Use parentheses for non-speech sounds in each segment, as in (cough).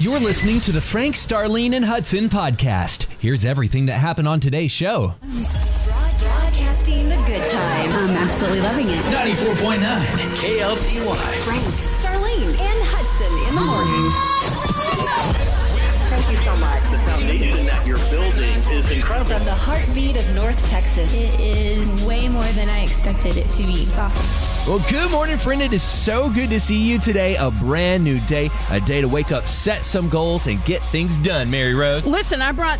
You're listening to the Frank, Starlene, and Hudson podcast. Here's everything that happened on today's show. Broadcasting the good times. I'm absolutely loving it. 94.9 KLTY. Frank. Starlene and Hudson in the morning. Thank you so much. the foundation that you're building is incredible. From the heartbeat of North Texas. It is way more than I expected it to be. It's awesome. Well, good morning, friend. It is so good to see you today. A brand new day, a day to wake up, set some goals, and get things done, Mary Rose. Listen, I brought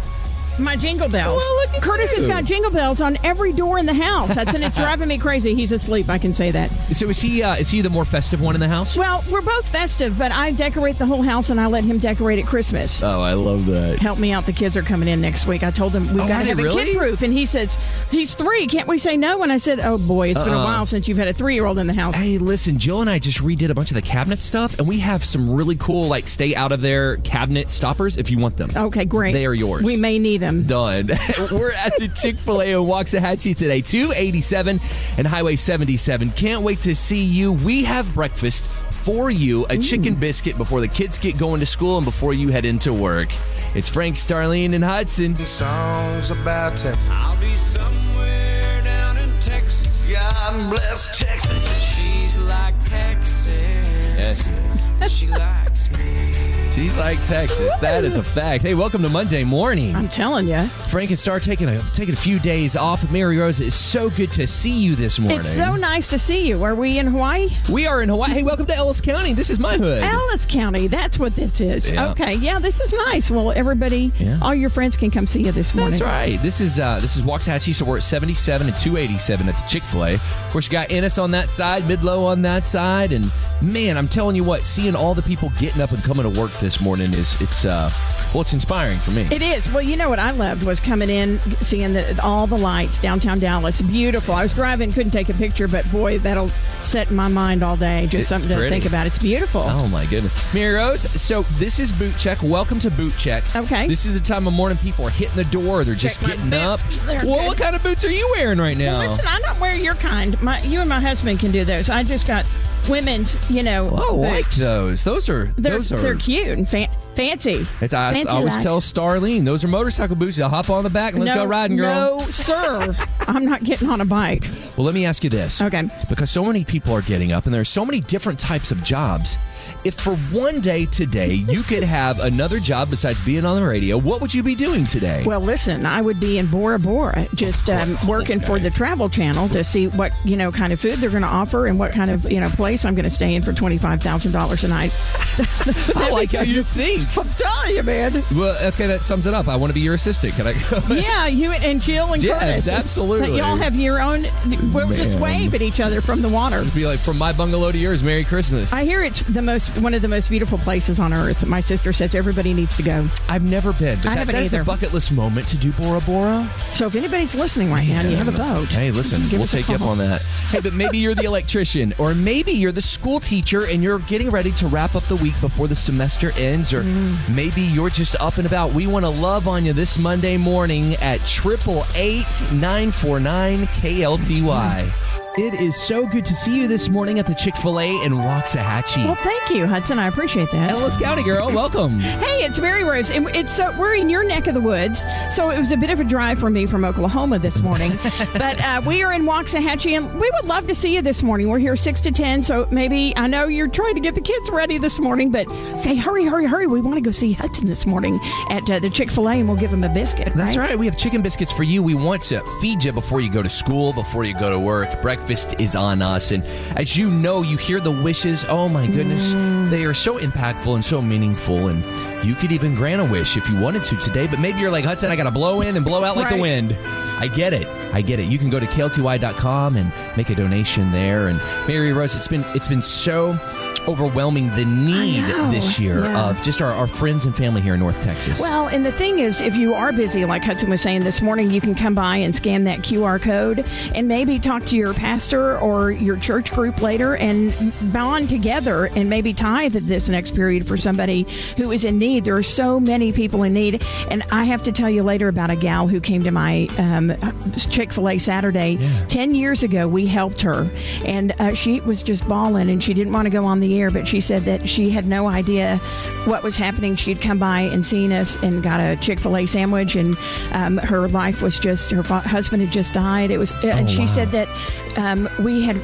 my jingle bells. Well, look at Curtis has you. got jingle bells on every door in the house. That's (laughs) and it's driving me crazy. He's asleep. I can say that. So is he uh, is he the more festive one in the house? Well, we're both festive, but I decorate the whole house and I let him decorate at Christmas. Oh, I love that. Help me out. The kids are coming in next week. I told him we've Oh, got are to they have it really? kid proof, and he says he's three. Can't we say no? And I said, oh boy, it's been a Uh-uh. while since you've had a three year old in the house. Hey, listen, Jill and I just redid a bunch of the cabinet stuff, and we have some really cool, like, stay out of there cabinet stoppers if you want them. Okay, great. They are yours. We may need them. (laughs) done. We're at the Chick fil A in Waxahachie today, 287 and Highway 77. Can't wait to see you. We have breakfast for you a chicken biscuit before the kids get going to school and before you head into work. It's Frank, Starlene, and Hudson. Songs about Texas. I'll be somewhere down in Texas. God bless Texas. She's like Texas. (laughs) She likes me. She's like Texas. That is a fact. Hey, welcome to Monday morning. I'm telling you. Frank and Star taking a taking a few days off. Mary Rose, it's so good to see you this morning. It's so nice to see you. Are we in Hawaii? we are in Hawaii. Hey, welcome to Ellis County. This is my hood. Alice County, that's what this is. Yeah. Okay, yeah, this is nice. Well, everybody, Yeah. all your friends can come see you this morning. That's right. This is uh, this is Waxahachie, so we're at 77 and 287 at the Chick Fil A. Of course, you got Ennis on that side, Midlow on that side, and man, I'm telling you what, seeing all the people getting up and coming to work this morning is it's uh, well, it's inspiring for me. It is. Well, you know what I loved was coming in, seeing the, all the lights downtown Dallas. Beautiful. I was driving, couldn't take a picture, but boy, that'll set in my mind all day. Just It's something to pretty. think about. It's beautiful. Oh my goodness, Mary Rose. So this is Boot Check. Welcome to Boot Check. Okay. This is the time of morning people are hitting the door. They're just Check my getting boot. up. They're well, good. what kind of boots are you wearing right now? Listen, I don't wear your kind. My, you and my husband can do those. I just got women's, you know. Oh, I like boots. those. Those are They're, those are they're cute and fan, fancy. It's, I, I fancy always like. tell Starlene, those are motorcycle boots. I'll hop on the back and let's no, go riding, girl. No, sir. I'm not getting on a bike. (laughs) Well, let me ask you this. Okay. Because so many people are getting up and there are so many different types of jobs. If for one day today you could have another job besides being on the radio, what would you be doing today? Well, listen, I would be in Bora Bora, just (laughs) um, working for the Travel Channel to see what you know kind of food they're going to offer and what kind of you know place I'm going to stay in for twenty five thousand dollars a night. I like (laughs) how you think. I'm telling (laughs) you, man. Well, okay, that sums it up. I want to be your assistant. Can I (laughs) Yeah, you and Jill and Yes, Curtis, absolutely. Y'all have your own. We'll just Man. wave at each other from the water. be like, from my bungalow to yours, Merry Christmas? I hear it's the most one of the most beautiful places on earth. My sister says everybody needs to go. have never been. But I that, haven't that is a either. bucket list moment to do Bora Bora. So if anybody's listening right now, and you have a boat. Hey, listen, give we'll us a take you up call. on that. Hey, but maybe you're the electrician, or maybe you're the school teacher and you're getting ready to wrap up the week before the semester ends, or maybe you're just up and about. We want to love on you this Monday morning at 888 949 KLTY. It is so good to see you this morning at the Chick fil A in Waxahachie. Well, thank you, Hudson. I appreciate that. Ellis County, girl, welcome. Hey, it's Mary Rose, and it's so we're in your neck of the woods. So it was a bit of a drive for me from Oklahoma this morning, (laughs) but uh, we are in Waxahachie, and we would love to see you this morning. We're here six to ten, so maybe I know you're trying to get the kids ready this morning, but say hurry, hurry, hurry! We want to go see Hudson this morning at uh, the Chick Fil A, and we'll give him a biscuit. That's right. We have chicken biscuits for you. We want to feed you before you go to school, before you go to work. Breakfast is on us. And as you know, you hear the wishes. Oh my goodness. Mm. They are so impactful and so meaningful. And you could even grant a wish if you wanted to today. But maybe you're like, Hudson, I got to blow in and blow out like the Right. wind. I get it. I get it. You can go to klty.com and make a donation there. And Mary Rose, it's been it's been so overwhelming the need know. this year Yeah. of just our, our friends and family here in North Texas. Well, and the thing is, if you are busy, like Hudson was saying this morning, you can come by and scan that QR code and maybe talk to your pastor or your church group later and bond together and maybe tithe at this next period for somebody who is in need. There are so many people in need. And I have to tell you later about a gal who came to my um, Chick fil A Saturday. 10 years ago, we helped her, and uh, she was just bawling and she didn't want to go on the the air, but she said that she had no idea what was happening. She'd come by and seen us and got a Chick fil A sandwich, and um, her life was just her fa- husband had just died. It was, uh, Oh, and she said that um, we had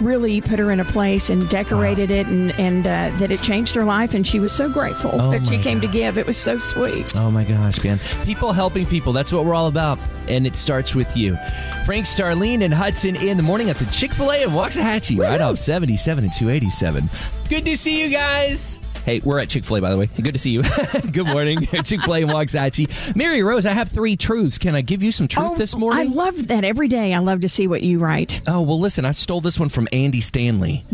really put her in a place and decorated it, and and uh, that it changed her life, and she was so grateful Oh, that she my came to give. It was so sweet. Oh my gosh, man. People helping people. That's what we're all about. And it starts with you. Frank Starlene and Hudson in the morning at the Chick fil A in Waxahachie, right off 77 and 287. Good to see you guys. Hey, we're at Chick fil A, by the way. Good to see you. (laughs) Good morning. Chick fil A in Waxahachie. Mary Rose, I have three truths. Can I give you some truth Oh, this morning? I love that every day. I love to see what you write. Oh, well, listen, I stole this one from Andy Stanley.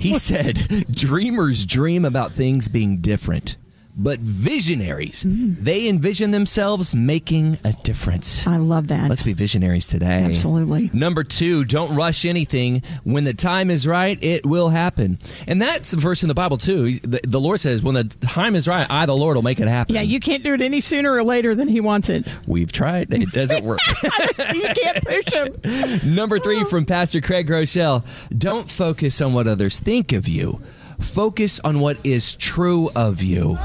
He (laughs) said, Dreamers dream about things being different, but visionaries, Mm. they envision themselves making a difference. I love that. Let's be visionaries today. Absolutely. Number two, don't rush anything. When the time is right, it will happen. And that's the verse in the Bible, too. The, the Lord says, When the time is right, I, the Lord, will make it happen. yeah, you can't do it any sooner or later than he wants it. We've tried, it doesn't work. (laughs) You can't push him. Number three from Pastor Craig Rochelle Don't focus on what others think of you, focus on what is true of you.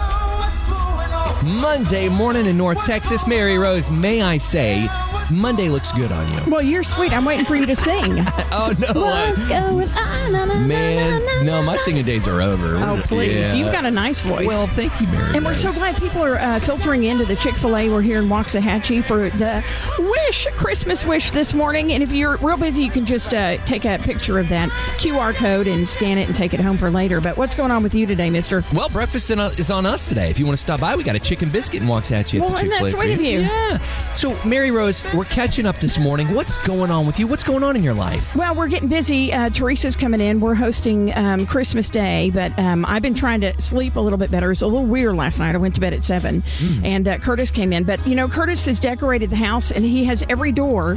Monday morning in North Texas, Mary Rose, may I say, Monday looks good on you. (laughs) Well, you're sweet. I'm waiting for you (laughs) to sing. Oh, no. What's I- going on? Na, na, na, na, na, Man, no, na, my na. singing days are over. Oh, please. Yeah. You've got a nice voice. Well, thank you, Mary and we're so Rose. glad people are uh, filtering into the Chick fil A. We're here in Waxahachie for the Wish Christmas Wish this morning. And if you're real busy, you can just uh, take a picture of that QR code and scan it and take it home for later. But what's going on with you today, mister? Well, breakfast in- uh, is on us today. If you want to stop by, we got a chicken biscuit and walks at you at Well, the Chick and that's fil A. sweet of you. Yeah. So, Mary Rose, we're catching up this morning. What's going on with you? What's going on in your life? Well, we're getting busy. Uh, Teresa's coming in. We're hosting um, Christmas Day, but um, I've been trying to sleep a little bit better. It was a little weird last night. I went to bed at seven, Hmm. and uh, Curtis came in. But you know, Curtis has decorated the house, and he has every door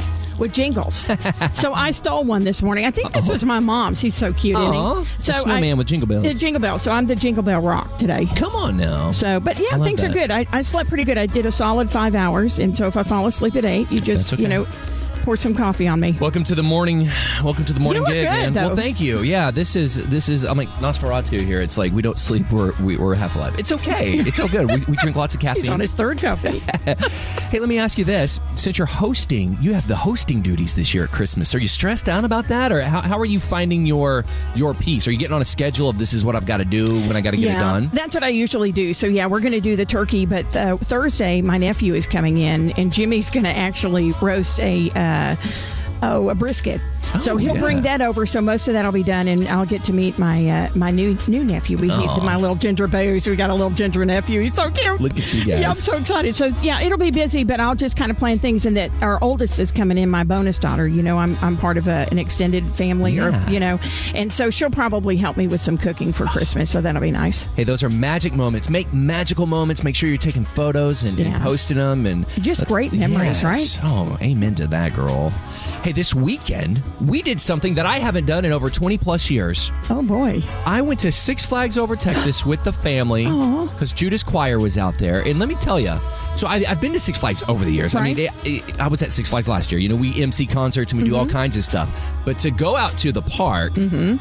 (laughs) with jingles. so I stole one this morning. I think this was my mom's. He's so cute. isn't he? Aw, Uh-huh. the snowman with jingle bells. Yeah, jingle bells. So I'm the jingle bell rock today. Come on now. So, but I yeah, love things that. are good. I, I slept pretty good. I did a solid five hours, and so if I fall asleep at eight, you just That's okay. you know pour some coffee on me. Welcome to the morning. Welcome to the morning look gig, good, man. Well, though. thank you. Yeah, this is this is. I'm like Nosferatu here. It's like we don't sleep. We're we, we're half alive. It's okay. (laughs) It's all good. We, we drink lots of caffeine. He's on his third coffee. Hey, let me ask you this: Since you're hosting, you have the hosting duties this year at Christmas. Are you stressed out about that, or how, how are you finding your your piece? Are you getting on a schedule of this is what I've got to do when I got to get it done? That's what I usually do. So yeah, we're going to do the turkey, but uh, Thursday my nephew is coming in, and Jimmy's going to actually roast a uh, oh a brisket. so he'll yeah. bring that over. So most of that'll be done, and I'll get to meet my uh, my new new nephew. We my little ginger boo. So we got a little ginger nephew. He's so cute. Look at you guys. Yeah, I'm so excited. So yeah, it'll be busy, but I'll just kind of plan things. And that our oldest is coming in, my bonus daughter. You know, I'm I'm part of a, an extended family, Yeah. or you know, and so she'll probably help me with some cooking for Christmas. So that'll be nice. Hey, those are magic moments. Make magical moments. Make sure you're taking photos and, and Yeah. posting them, and Just great memories, Yes. right? Oh, amen to that, girl. Hey, this weekend we did something that I haven't done in over 20 plus years. Oh boy. I went to Six Flags Over (gasps) Texas with the family because Judas Choir was out there. And let me tell you, so I, I've been to Six Flags over the years. I mean, Right. Mm-hmm. it, it- I was at Six Flags last year. You know, we MC concerts and we do all kinds of stuff. But to go out to the park,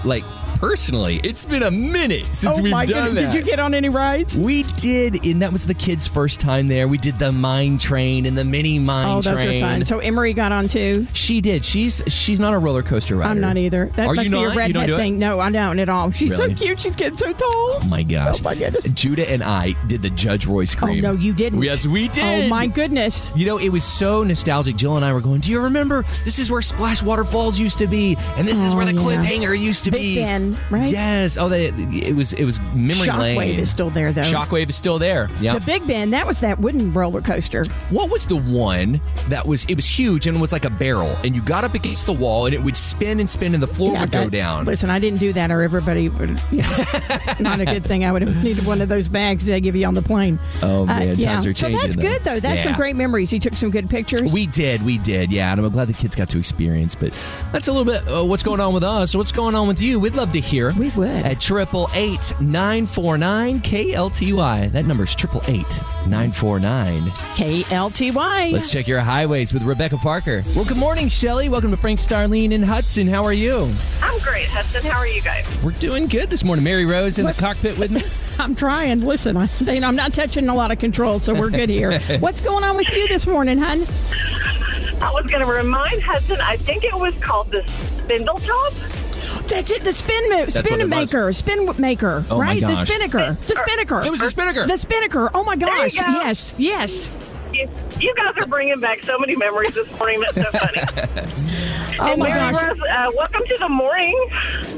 like personally, it's been a minute since oh we've my done goodness. that. Did you get on any rides? We did, and that was the kids' first time there. We did the mine train and the mini mine Oh, those train. are fun. So Emery got on too. she did. She's she's not a roller coaster rider. I'm not either. That Are must you be not? a You don't redhead do it? thing. No, I don't at all. She's Really? so cute. She's getting so tall. Oh my gosh! Oh my goodness. Judah and I did the Judge Roy Oh scream. no, you didn't. Yes, we did. Oh my goodness. You know, it was so nostalgic. Jill and I were going, Do you remember? This is where Splash Waterfalls used to be, and this is Oh, where the yeah. cliffhanger used to Big be. Ben, right? Yes. Oh, they, it was it was memory Shockwave lane. is still there, though. Shockwave is still there. Yeah. The Big Ben, that was that wooden roller coaster. What was the one that was? It was huge and it was like a barrel, and you got up against the wall, and it would spin and spin, and the floor Yeah, would go that- down. Listen, I didn't do that, or everybody would. (laughs) not a good thing. I would have needed one of those bags they give you on the plane. Uh, Oh, man, yeah. times are changing, So that's though. good though. That's some Yeah. great memories. You took some good pictures. We did, we did, yeah. And I'm glad the kids got to experience. But that's a little bit uh, what's going on with us. What's going on with you? We'd love to hear. We would. at triple eight nine 949 KLTY. That number is 888 949 KLTY. Let's check your highways with Rebecca Parker. Well, good morning, Shelly. Welcome to Frank Starlene and Hudson. How are you? I'm great, Hudson. How are you guys? We're doing good this morning. Mary Rose in the cockpit with me. I'm trying. Listen, I, you know, I'm not touching a lot of controls, so we're (laughs) good here. What's going on with you this morning, hun? I was going to remind Hudson, I think it was called the spindle top. That's it. The spin, mo- what it spin was. maker, spin maker, Oh, my right? The gosh. spinnaker, the spinnaker. It was the spinnaker. The spinnaker. Oh my gosh! go. Yes, yes. You, you guys are bringing back so many memories this morning. That's so funny. Oh my Mary gosh! Rose, uh, welcome to the morning.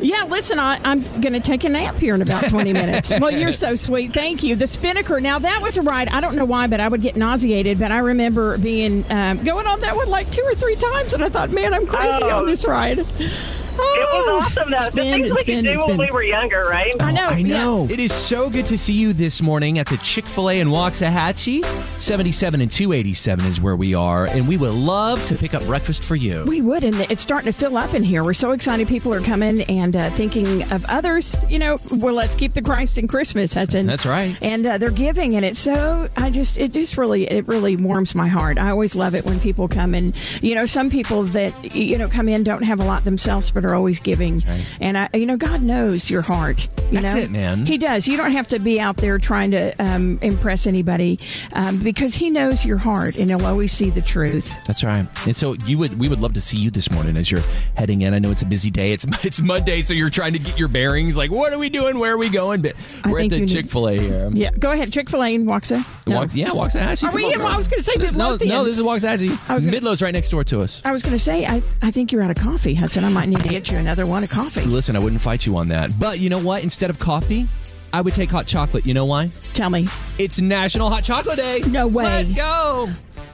Yeah, listen, I, I'm going to take a nap here in (laughs) about 20 minutes. well, you're so sweet. Thank you. The Spinnaker. Now, that was a ride. I don't know why, but I would get nauseated. But I remember being um, going on that one like two or three times, and I thought, man, I'm crazy Oh. on this ride. It Oh. was awesome, though. the Spin, things we spin, could do spin. when we were younger, right? I know. I yeah. know. It is so good to see you this morning at the Chick fil A in Waxahachie. 77 and 287 is where we are, and we would love to pick up breakfast for you. We would, and it's starting to fill up in here. We're so excited. People are coming and uh, thinking of others. You know, well, let's keep the Christ in Christmas, Hudson. That's right. And uh, they're giving, and it's so. I just, it just really, it really warms my heart. I always love it when people come and, you know, some people that you know come in don't have a lot themselves, but are always giving. And I, you know, God knows your heart. You That's know? it, man. He does. You don't have to be out there trying to um, impress anybody um, because He knows your heart, and He'll always see the truth. That's right. And so you would we would love to see you this morning as you're heading in. I know it's a busy day. It's (laughs) it's Monday, so you're trying to get your bearings. Like, what are we doing? Where are we going? But we're at think you the need- Chick Fil A here. Yeah, go ahead. Chick Fil A in Waxa. No. Wax- yeah, Waxahachie. Are Come we on, in- girl. I was gonna say This- no, Midlothian. no, this is Waxahachie. I was gonna- Midlow's right next door to us. I was going to say, I, I think you're out of coffee, Hudson. I might need to get you another one of coffee. Listen, I wouldn't fight you on that. But you know what? Instead of coffee, I would take hot chocolate. You know why? Tell me. It's National Hot Chocolate Day. No way. Let's go.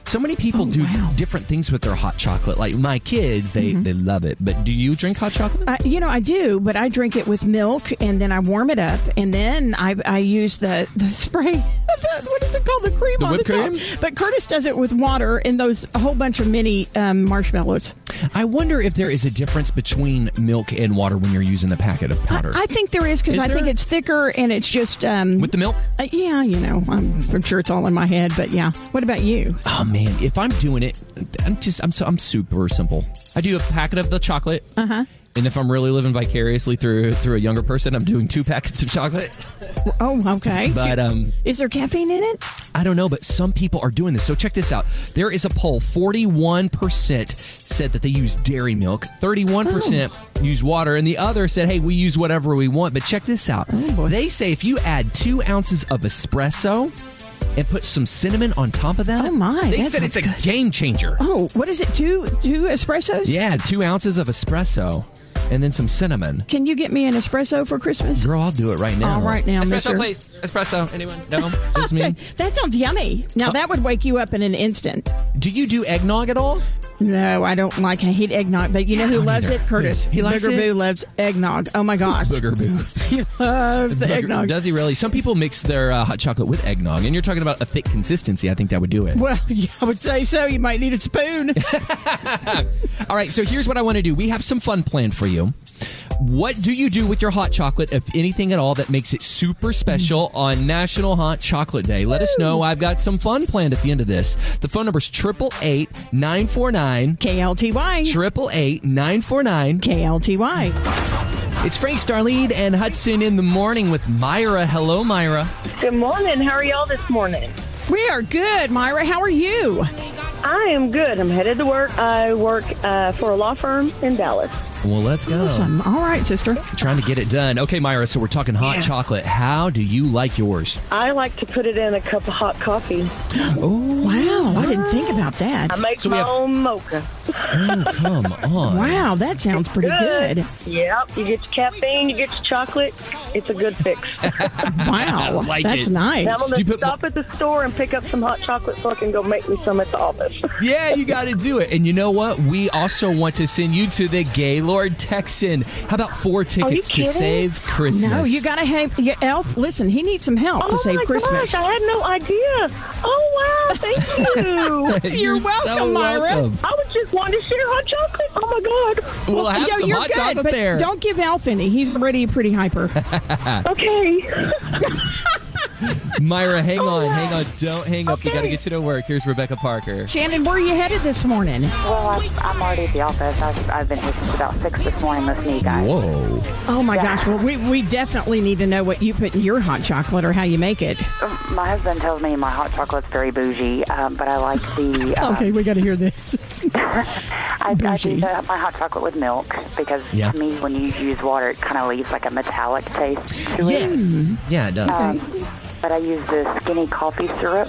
So many people Oh, do wow. Mm-hmm. different things with their hot chocolate. Like my kids, they, they love it. But do you drink hot chocolate? I, you know, I do, but I drink it with milk and then I warm it up and then I, I use the, the spray. (laughs) The- what is it called? The cream The on whipped the cream? top. But Curtis does it with water and those a whole bunch of mini um, marshmallows. I wonder if there is a difference between milk and water when you're using the packet of powder. I think there is because Is I there? think it's thicker and it's just. Um, with the milk? uh, yeah, you know, I'm, I'm sure it's all in my head, but yeah. What about you? Oh man, if I'm doing it, I'm just I'm so I'm super simple. I do a packet of the chocolate. Uh-huh. And if I'm really living vicariously through through a younger person, I'm doing two packets of (laughs) chocolate. Oh, okay. But um Is there caffeine in it? I don't know, but some people are doing this. So check this out. There is a poll. 41% said that they use dairy milk. 31% Oh. use water. And the other said, hey, we use whatever we want. But check this out. Oh, they say if you add two ounces of espresso and put some cinnamon on top of that, Oh, my. they That said it's sounds a game changer. Oh, what is it? Two two espressos? Yeah, two ounces of espresso and then some cinnamon. Can you get me an espresso for Christmas? Girl, I'll do it right now. All right now, mister. Espresso. Anyone? No, just Okay, me. that sounds yummy. Uh, Now that would wake you up in an instant. Do you do eggnog at all? No, I don't like. I hate eggnog, but you know who don't loves either. it? Curtis. He likes Booger it? Boo loves eggnog. Oh my gosh, Booger boo. he loves Booger- eggnog. Does he really? Some people mix their uh, hot chocolate with eggnog, and you're talking about a thick consistency. I think that would do it. Well, (laughs) yeah, I would say so. You might need (laughs) a spoon. All right, so here's what I want to do. We have some fun planned for you. What do you do with your hot chocolate, if anything at all, that makes it super special on National Hot Chocolate Day? Let us know. I've got some fun planned at the end of this. The phone number's 888 949 KLTY. 888 949 KLTY. It's Frank Starlead and Hudson in the morning with Myra. Hello, Myra. Good morning. How are y'all this morning? We are good, Myra. How are you? I am good. I'm headed to work. I work uh, for a law firm in Dallas. Well, let's go. Awesome. All right, sister. Trying to get it done. Okay, Myra, so we're talking hot chocolate. How do you like yours? I like to put it in a cup of hot coffee. Wow, I didn't think about that. I make So we my have- own mocha. (laughs) Mm, Come on. Wow, that sounds pretty Good. (laughs) good. Yep. You get your caffeine, you get your chocolate. It's a good fix. Wow, like that's it. nice. Now I'm Do you going to put mo- stop at the store and pick up some hot chocolate so I can go (laughs) make me some at the office. Yeah, you got to do it. And you know what? We also want to send you to the Gaylord Lord Texan. How about four tickets to kidding? save Christmas? No, you got to have your elf. Listen, he needs some help to oh save my Christmas. gosh, I had no idea. Oh wow, (laughs) thank you. (laughs) You're, welcome, so Myra. welcome. I was just wanting to share hot chocolate. Oh my god. We'll have Yo, some you're hot good, chocolate but there. Don't give Elf any. He's already (laughs) pretty hyper. Okay. (laughs) Myra, Oh, hang on, hang on. Don't hang up. You Okay. got to get you to work. Here's Rebecca Parker. Shannon, where are you headed this morning? Well, I'm, I'm already at the office. I've, I've been here since about 6 this morning listening to you guys. Whoa. Oh my gosh! Well, we, we definitely need to know what you put in your hot chocolate or how you make it. Um, My husband tells me my hot chocolate's very bougie, um, but I like the. Oh, Um, Oh, Okay, we got to hear this. (laughs) I, I bougie. do the- my hot chocolate with milk because Yeah. to me, when you use water, it kind of leaves like a metallic taste to it. Yes. Yeah, it does. But I use the skinny coffee syrup,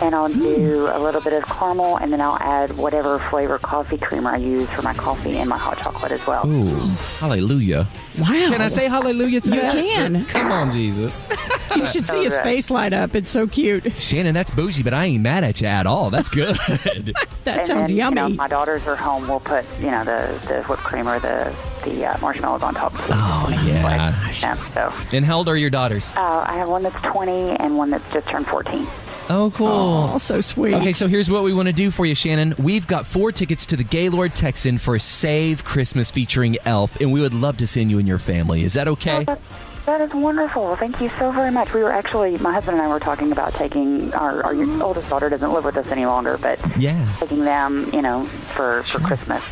and I'll do a little bit of caramel, and then I'll add whatever flavor coffee creamer I use for my coffee and my hot chocolate as well. Ooh, hallelujah. (laughs) Wow! Can I say hallelujah to You that? can. Come on, Jesus. You should see his Alright. face light up. It's so cute. (laughs) Shannon, that's bougie, but I ain't mad at you at all. That's (laughs) good. That and sounds then, yummy. You know, my daughters are home. We'll put you know the the whipped cream or the the uh, marshmallows on top. Oh, yeah. Yeah, so and how old are your daughters? uh, I have one that's 20 and one that's just turned 14. Oh, cool. oh, so sweet. Okay, so here's what we want to do for you, Shannon. We've got four tickets to the Gaylord Texan for Save Christmas featuring Elf, and we would love to send you and your family. Is that okay? Oh, That, that is wonderful. Thank you so very much. We were actually, my husband and I were talking about taking our, our oldest daughter doesn't live with us any longer, but Yeah. taking them, you know, for, for Christmas.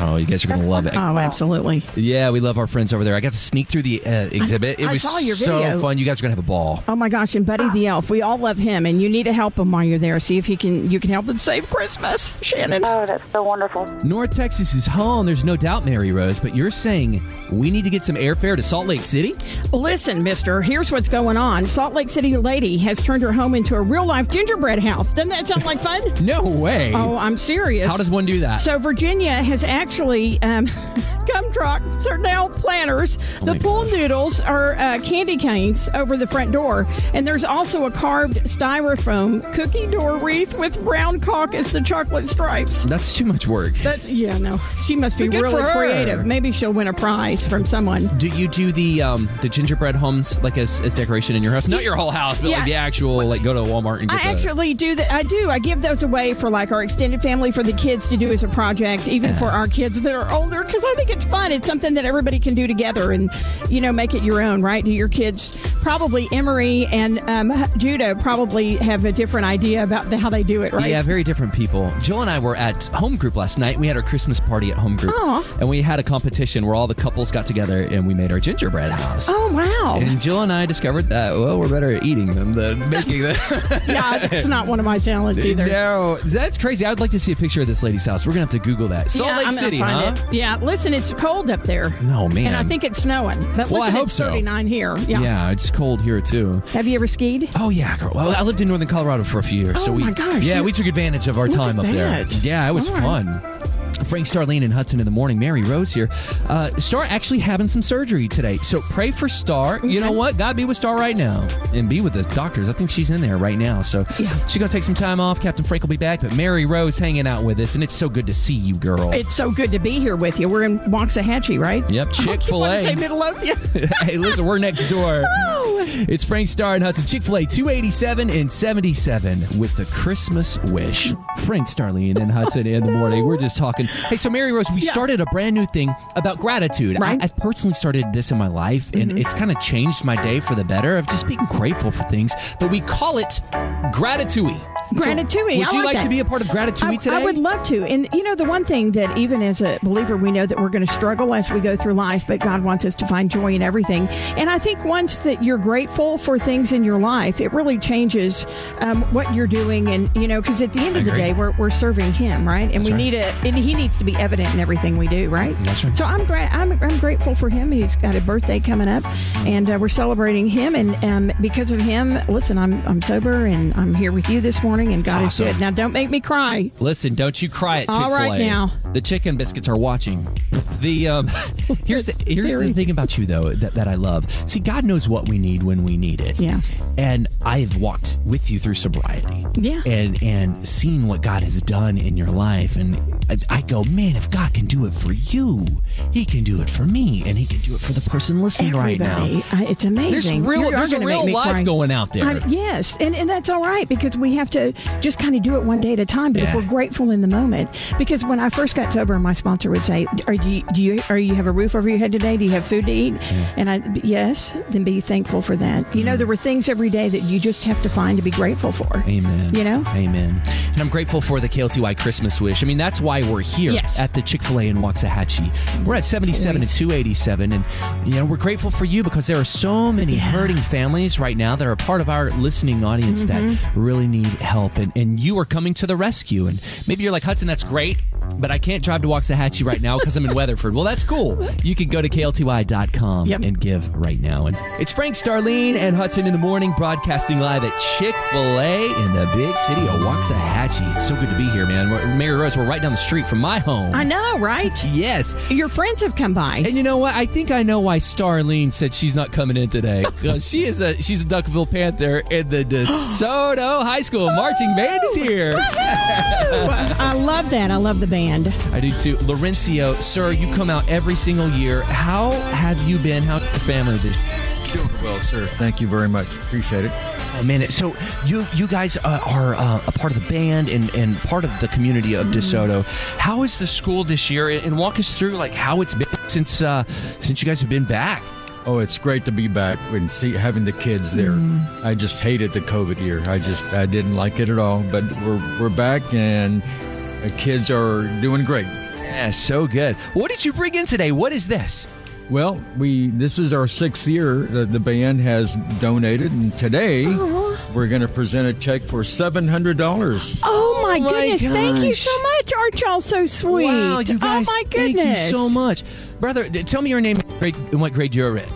Oh, you guys are going to love it. Oh, absolutely. (laughs) Yeah, we love our friends over there. I got to sneak through the uh, exhibit. it I was saw your so video. fun. You guys are going to have a ball. Oh my gosh! And Buddy the Elf, we all love him, and you need to help him while you're there. See if he can you can help him save Christmas, Shannon. Oh, that's so wonderful. North Texas is home. There's no doubt, Mary Rose, but you're saying we need to get some airfare to Salt Lake City? Listen, mister, here's what's going on. Salt Lake City lady has turned her home into a real life gingerbread house. Doesn't that sound (laughs) like fun? No way. Oh, I'm serious. How does one do that? So Virginia has actually um, (laughs) gum trucks are now planters. Oh the pool noodles are uh, candy canes over the front door, and there's also a carved styrofoam cookie door wreath with brown caucus the chocolate stripes. That's too much work. That's yeah, no. She must be But good for really her. creative. Maybe she'll win a prize from someone. Do you do the um, the gingerbread homes like as, as decoration in your house? Not your whole house, but Yeah. like the actual like go to Walmart and get I the- actually do that. I do. I give those away for like our extended family, for the kids to do as a project, even for our kids that are older, because I think it's fun. It's something that everybody can do together and, you know, make it your own, right? Do your kids, probably Emery and um, Judah, probably have a different idea about the, how they do it, right? Yeah, very different people. Jill and I were at home group last night. We had our Christmas party at home group, Aw. and we had a competition where all the couples got together and we made our gingerbread house. Oh, wow. (laughs) And Jill and I discovered that well, we're better at eating them (laughs) than making them. yeah, it's not one of my talents (laughs) either. No, that's crazy. I would like to see a picture of this lady's house. We're gonna have to Google that. Salt yeah, Lake I'm gonna City, huh? find it. Yeah, listen, it's cold up there. No, man. And I think it's snowing. But Well, I listen, hope it's so. 39 here. Yeah. Yeah, it's cold here too. Have you ever skied? Oh yeah, girl. Well, I lived in Northern Colorado for a few years, so Oh, we my gosh, yeah you- we took advantage of our Look time at up there. that. Yeah, it was All right. fun. Frank Starlene and Hudson in the morning. Mary Rose here. Uh, Star actually having some surgery today, so pray for Star. You know what? God be with Star right now and be with the doctors. I think she's in there right now, so Yeah. she's gonna take some time off. Captain Frank will be back, but Mary Rose hanging out with us, and it's so good to see you, girl. It's so good to be here with you. We're in Waxahachie, right? Yep, Chick-fil-A. I keep wanting to say Midlothian. (laughs) hey, listen, we're next (laughs) door. Oh, It's Frank Star and Hudson Chick fil A 287 and 77 with the Christmas wish. Frank Starlene and Hudson in the morning. We're just talking. Hey, so Mary Rose, we Yeah. started a brand new thing about gratitude. Right. Mm-hmm. I, I've personally started this in my life, and it's kind of changed my day for the better of just being grateful for things. But we call it gratitude. Gratitude. would I you like like, that. to be a part of gratitude I, today? I would love to. And you know, the one thing that even as a believer, we know that we're going to struggle as we go through life, but God wants us to find joy in everything. And I think once that you're grateful for things in your life, it really changes um, what you're doing. And, you know, because at the end of the agree. day, we're, we're serving Him, right? And we right. need a, and He needs to be evident in everything we do, right? That's right. So I'm, gra- I'm, I'm grateful for Him. He's got a birthday coming up, and uh, we're celebrating Him. And um, because of Him, listen, I'm, I'm sober and I'm here with you this morning, and God awesome. is good. Now, don't make me cry. Listen, don't you cry at Chick Fil All A. right now. the chicken biscuits are watching. The (laughs) um, here's the here's scary. the thing about you though that, that I love. See, God knows what we need when we need it. Yeah. and I've walked with you through sobriety. Yeah. and and seen what God has done in your life, and I, I go, man, if God can do it for you, He can do it for me, and He can do it for the person listening right now. Everybody, I- it's amazing. There's real- You are there's a gonna real make me life cry. going out there. I'm- yes, and, and that's all right because we have to just kind of do it one day at a time. But if Yeah. we're grateful in the moment, because when I first got sober, my sponsor would say, "Are you do you are you have a roof over your head today? Do you have food to eat?" And I yes, then be thankful for that. You know, there were things every day that you just have to find to be grateful for. Amen. You know? Amen. And I'm grateful for the KLTY Christmas wish. I mean, that's why we're here Yes. at the Chick fil A in Waxahachie. We're at 77 Always. and 287. And, you know, we're grateful for you because there are so many hurting families right now that are a part of our listening audience Mm-hmm. that really need help. And, and you are coming to the rescue. And maybe you're like, Hudson, that's great, but I can't drive to Waxahachie right now because I'm in (laughs) Weatherford. Well, that's cool. You can go to klty.com Yep. and give right now. And it's Frank Starlene and Hudson in the morning, broadcasting live at Chick Fil A in the big city of Waxahachie. It's so good to be here, man. We're, Mary Rose, we're right down the street from my home. I know, right? yes. Your friends have come by. And you know what? I think I know why Starlene said she's not coming in (laughs) today. 'Cause she is a she's a Duckville Panther, and the (gasps) DeSoto High School marching band is here. I love that. I love the band. I do too. Laurencio, sir, you come out every single year. How have you been? How's your family been? Well, sir, thank you very much. Appreciate it. Oh man! So you you guys uh, are uh, a part of the band and, and part of the community Mm-hmm. of DeSoto. How is the school this year? And and walk us through like how it's been since uh, since you guys have been back. Oh, it's great to be back and see having the kids there. Mm. I just hated the COVID year. I just I didn't like it at all. But we're we're back and the kids are doing great. Yeah, so good. What did you bring in today? What is this? Well, we this is our sixth year that the band has donated, and today we're going to present a check for seven hundred dollars. Oh my my goodness! Thank you gosh. so much. Aren't y'all so sweet? Wow, you guys! oh my thank goodness! you so much, brother. d- Tell me your name and grade- and what grade you're in.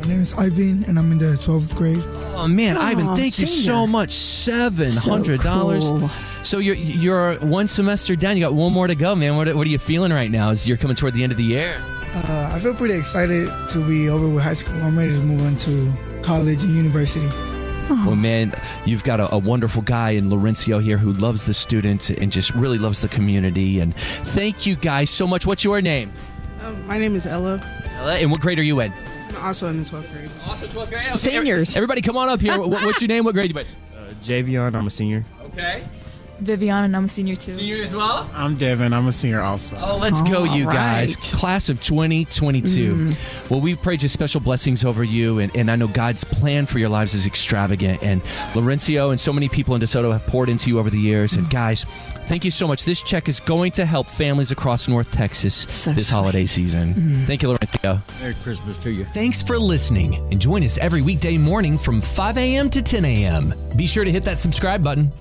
My name is Ivan, and I'm in the 12th grade. Oh man, Oh, Ivan, thank you senior. so much. Seven hundred dollars. So cool. So you're you're one semester down. You got one more to go, man. What, what are you feeling right now? As you're coming toward the end of the year. Uh, I feel pretty excited to be over with high school. I'm ready to move on to college and university. Oh. Well, man, you've got a, a wonderful guy in Laurencio here who loves the students and just really loves the community. And thank you guys so much. What's your name? Um, my name is Ella. Ella, And what grade are you in? I'm also in the 12th grade. Also 12th grade. Seniors. Everybody, come on up here. what, what's your name? What grade you in? Uh, Javion, I'm a senior. Okay. Vivian, and I'm a senior too. Senior as well? I'm Devin. I'm a senior also. Oh, let's go, you guys. Class of 2022. Well, we pray just special blessings over you. And, and I know God's plan for your lives is extravagant. And Laurencio and so many people in DeSoto have poured into you over the years. And guys, thank you so much. This check is going to help families across North Texas this holiday season. Mhm. Thank you, Laurencio. Merry Christmas to you. Thanks for listening. And join us every weekday morning from 5 a.m. to 10 a.m. Be sure to hit that subscribe button.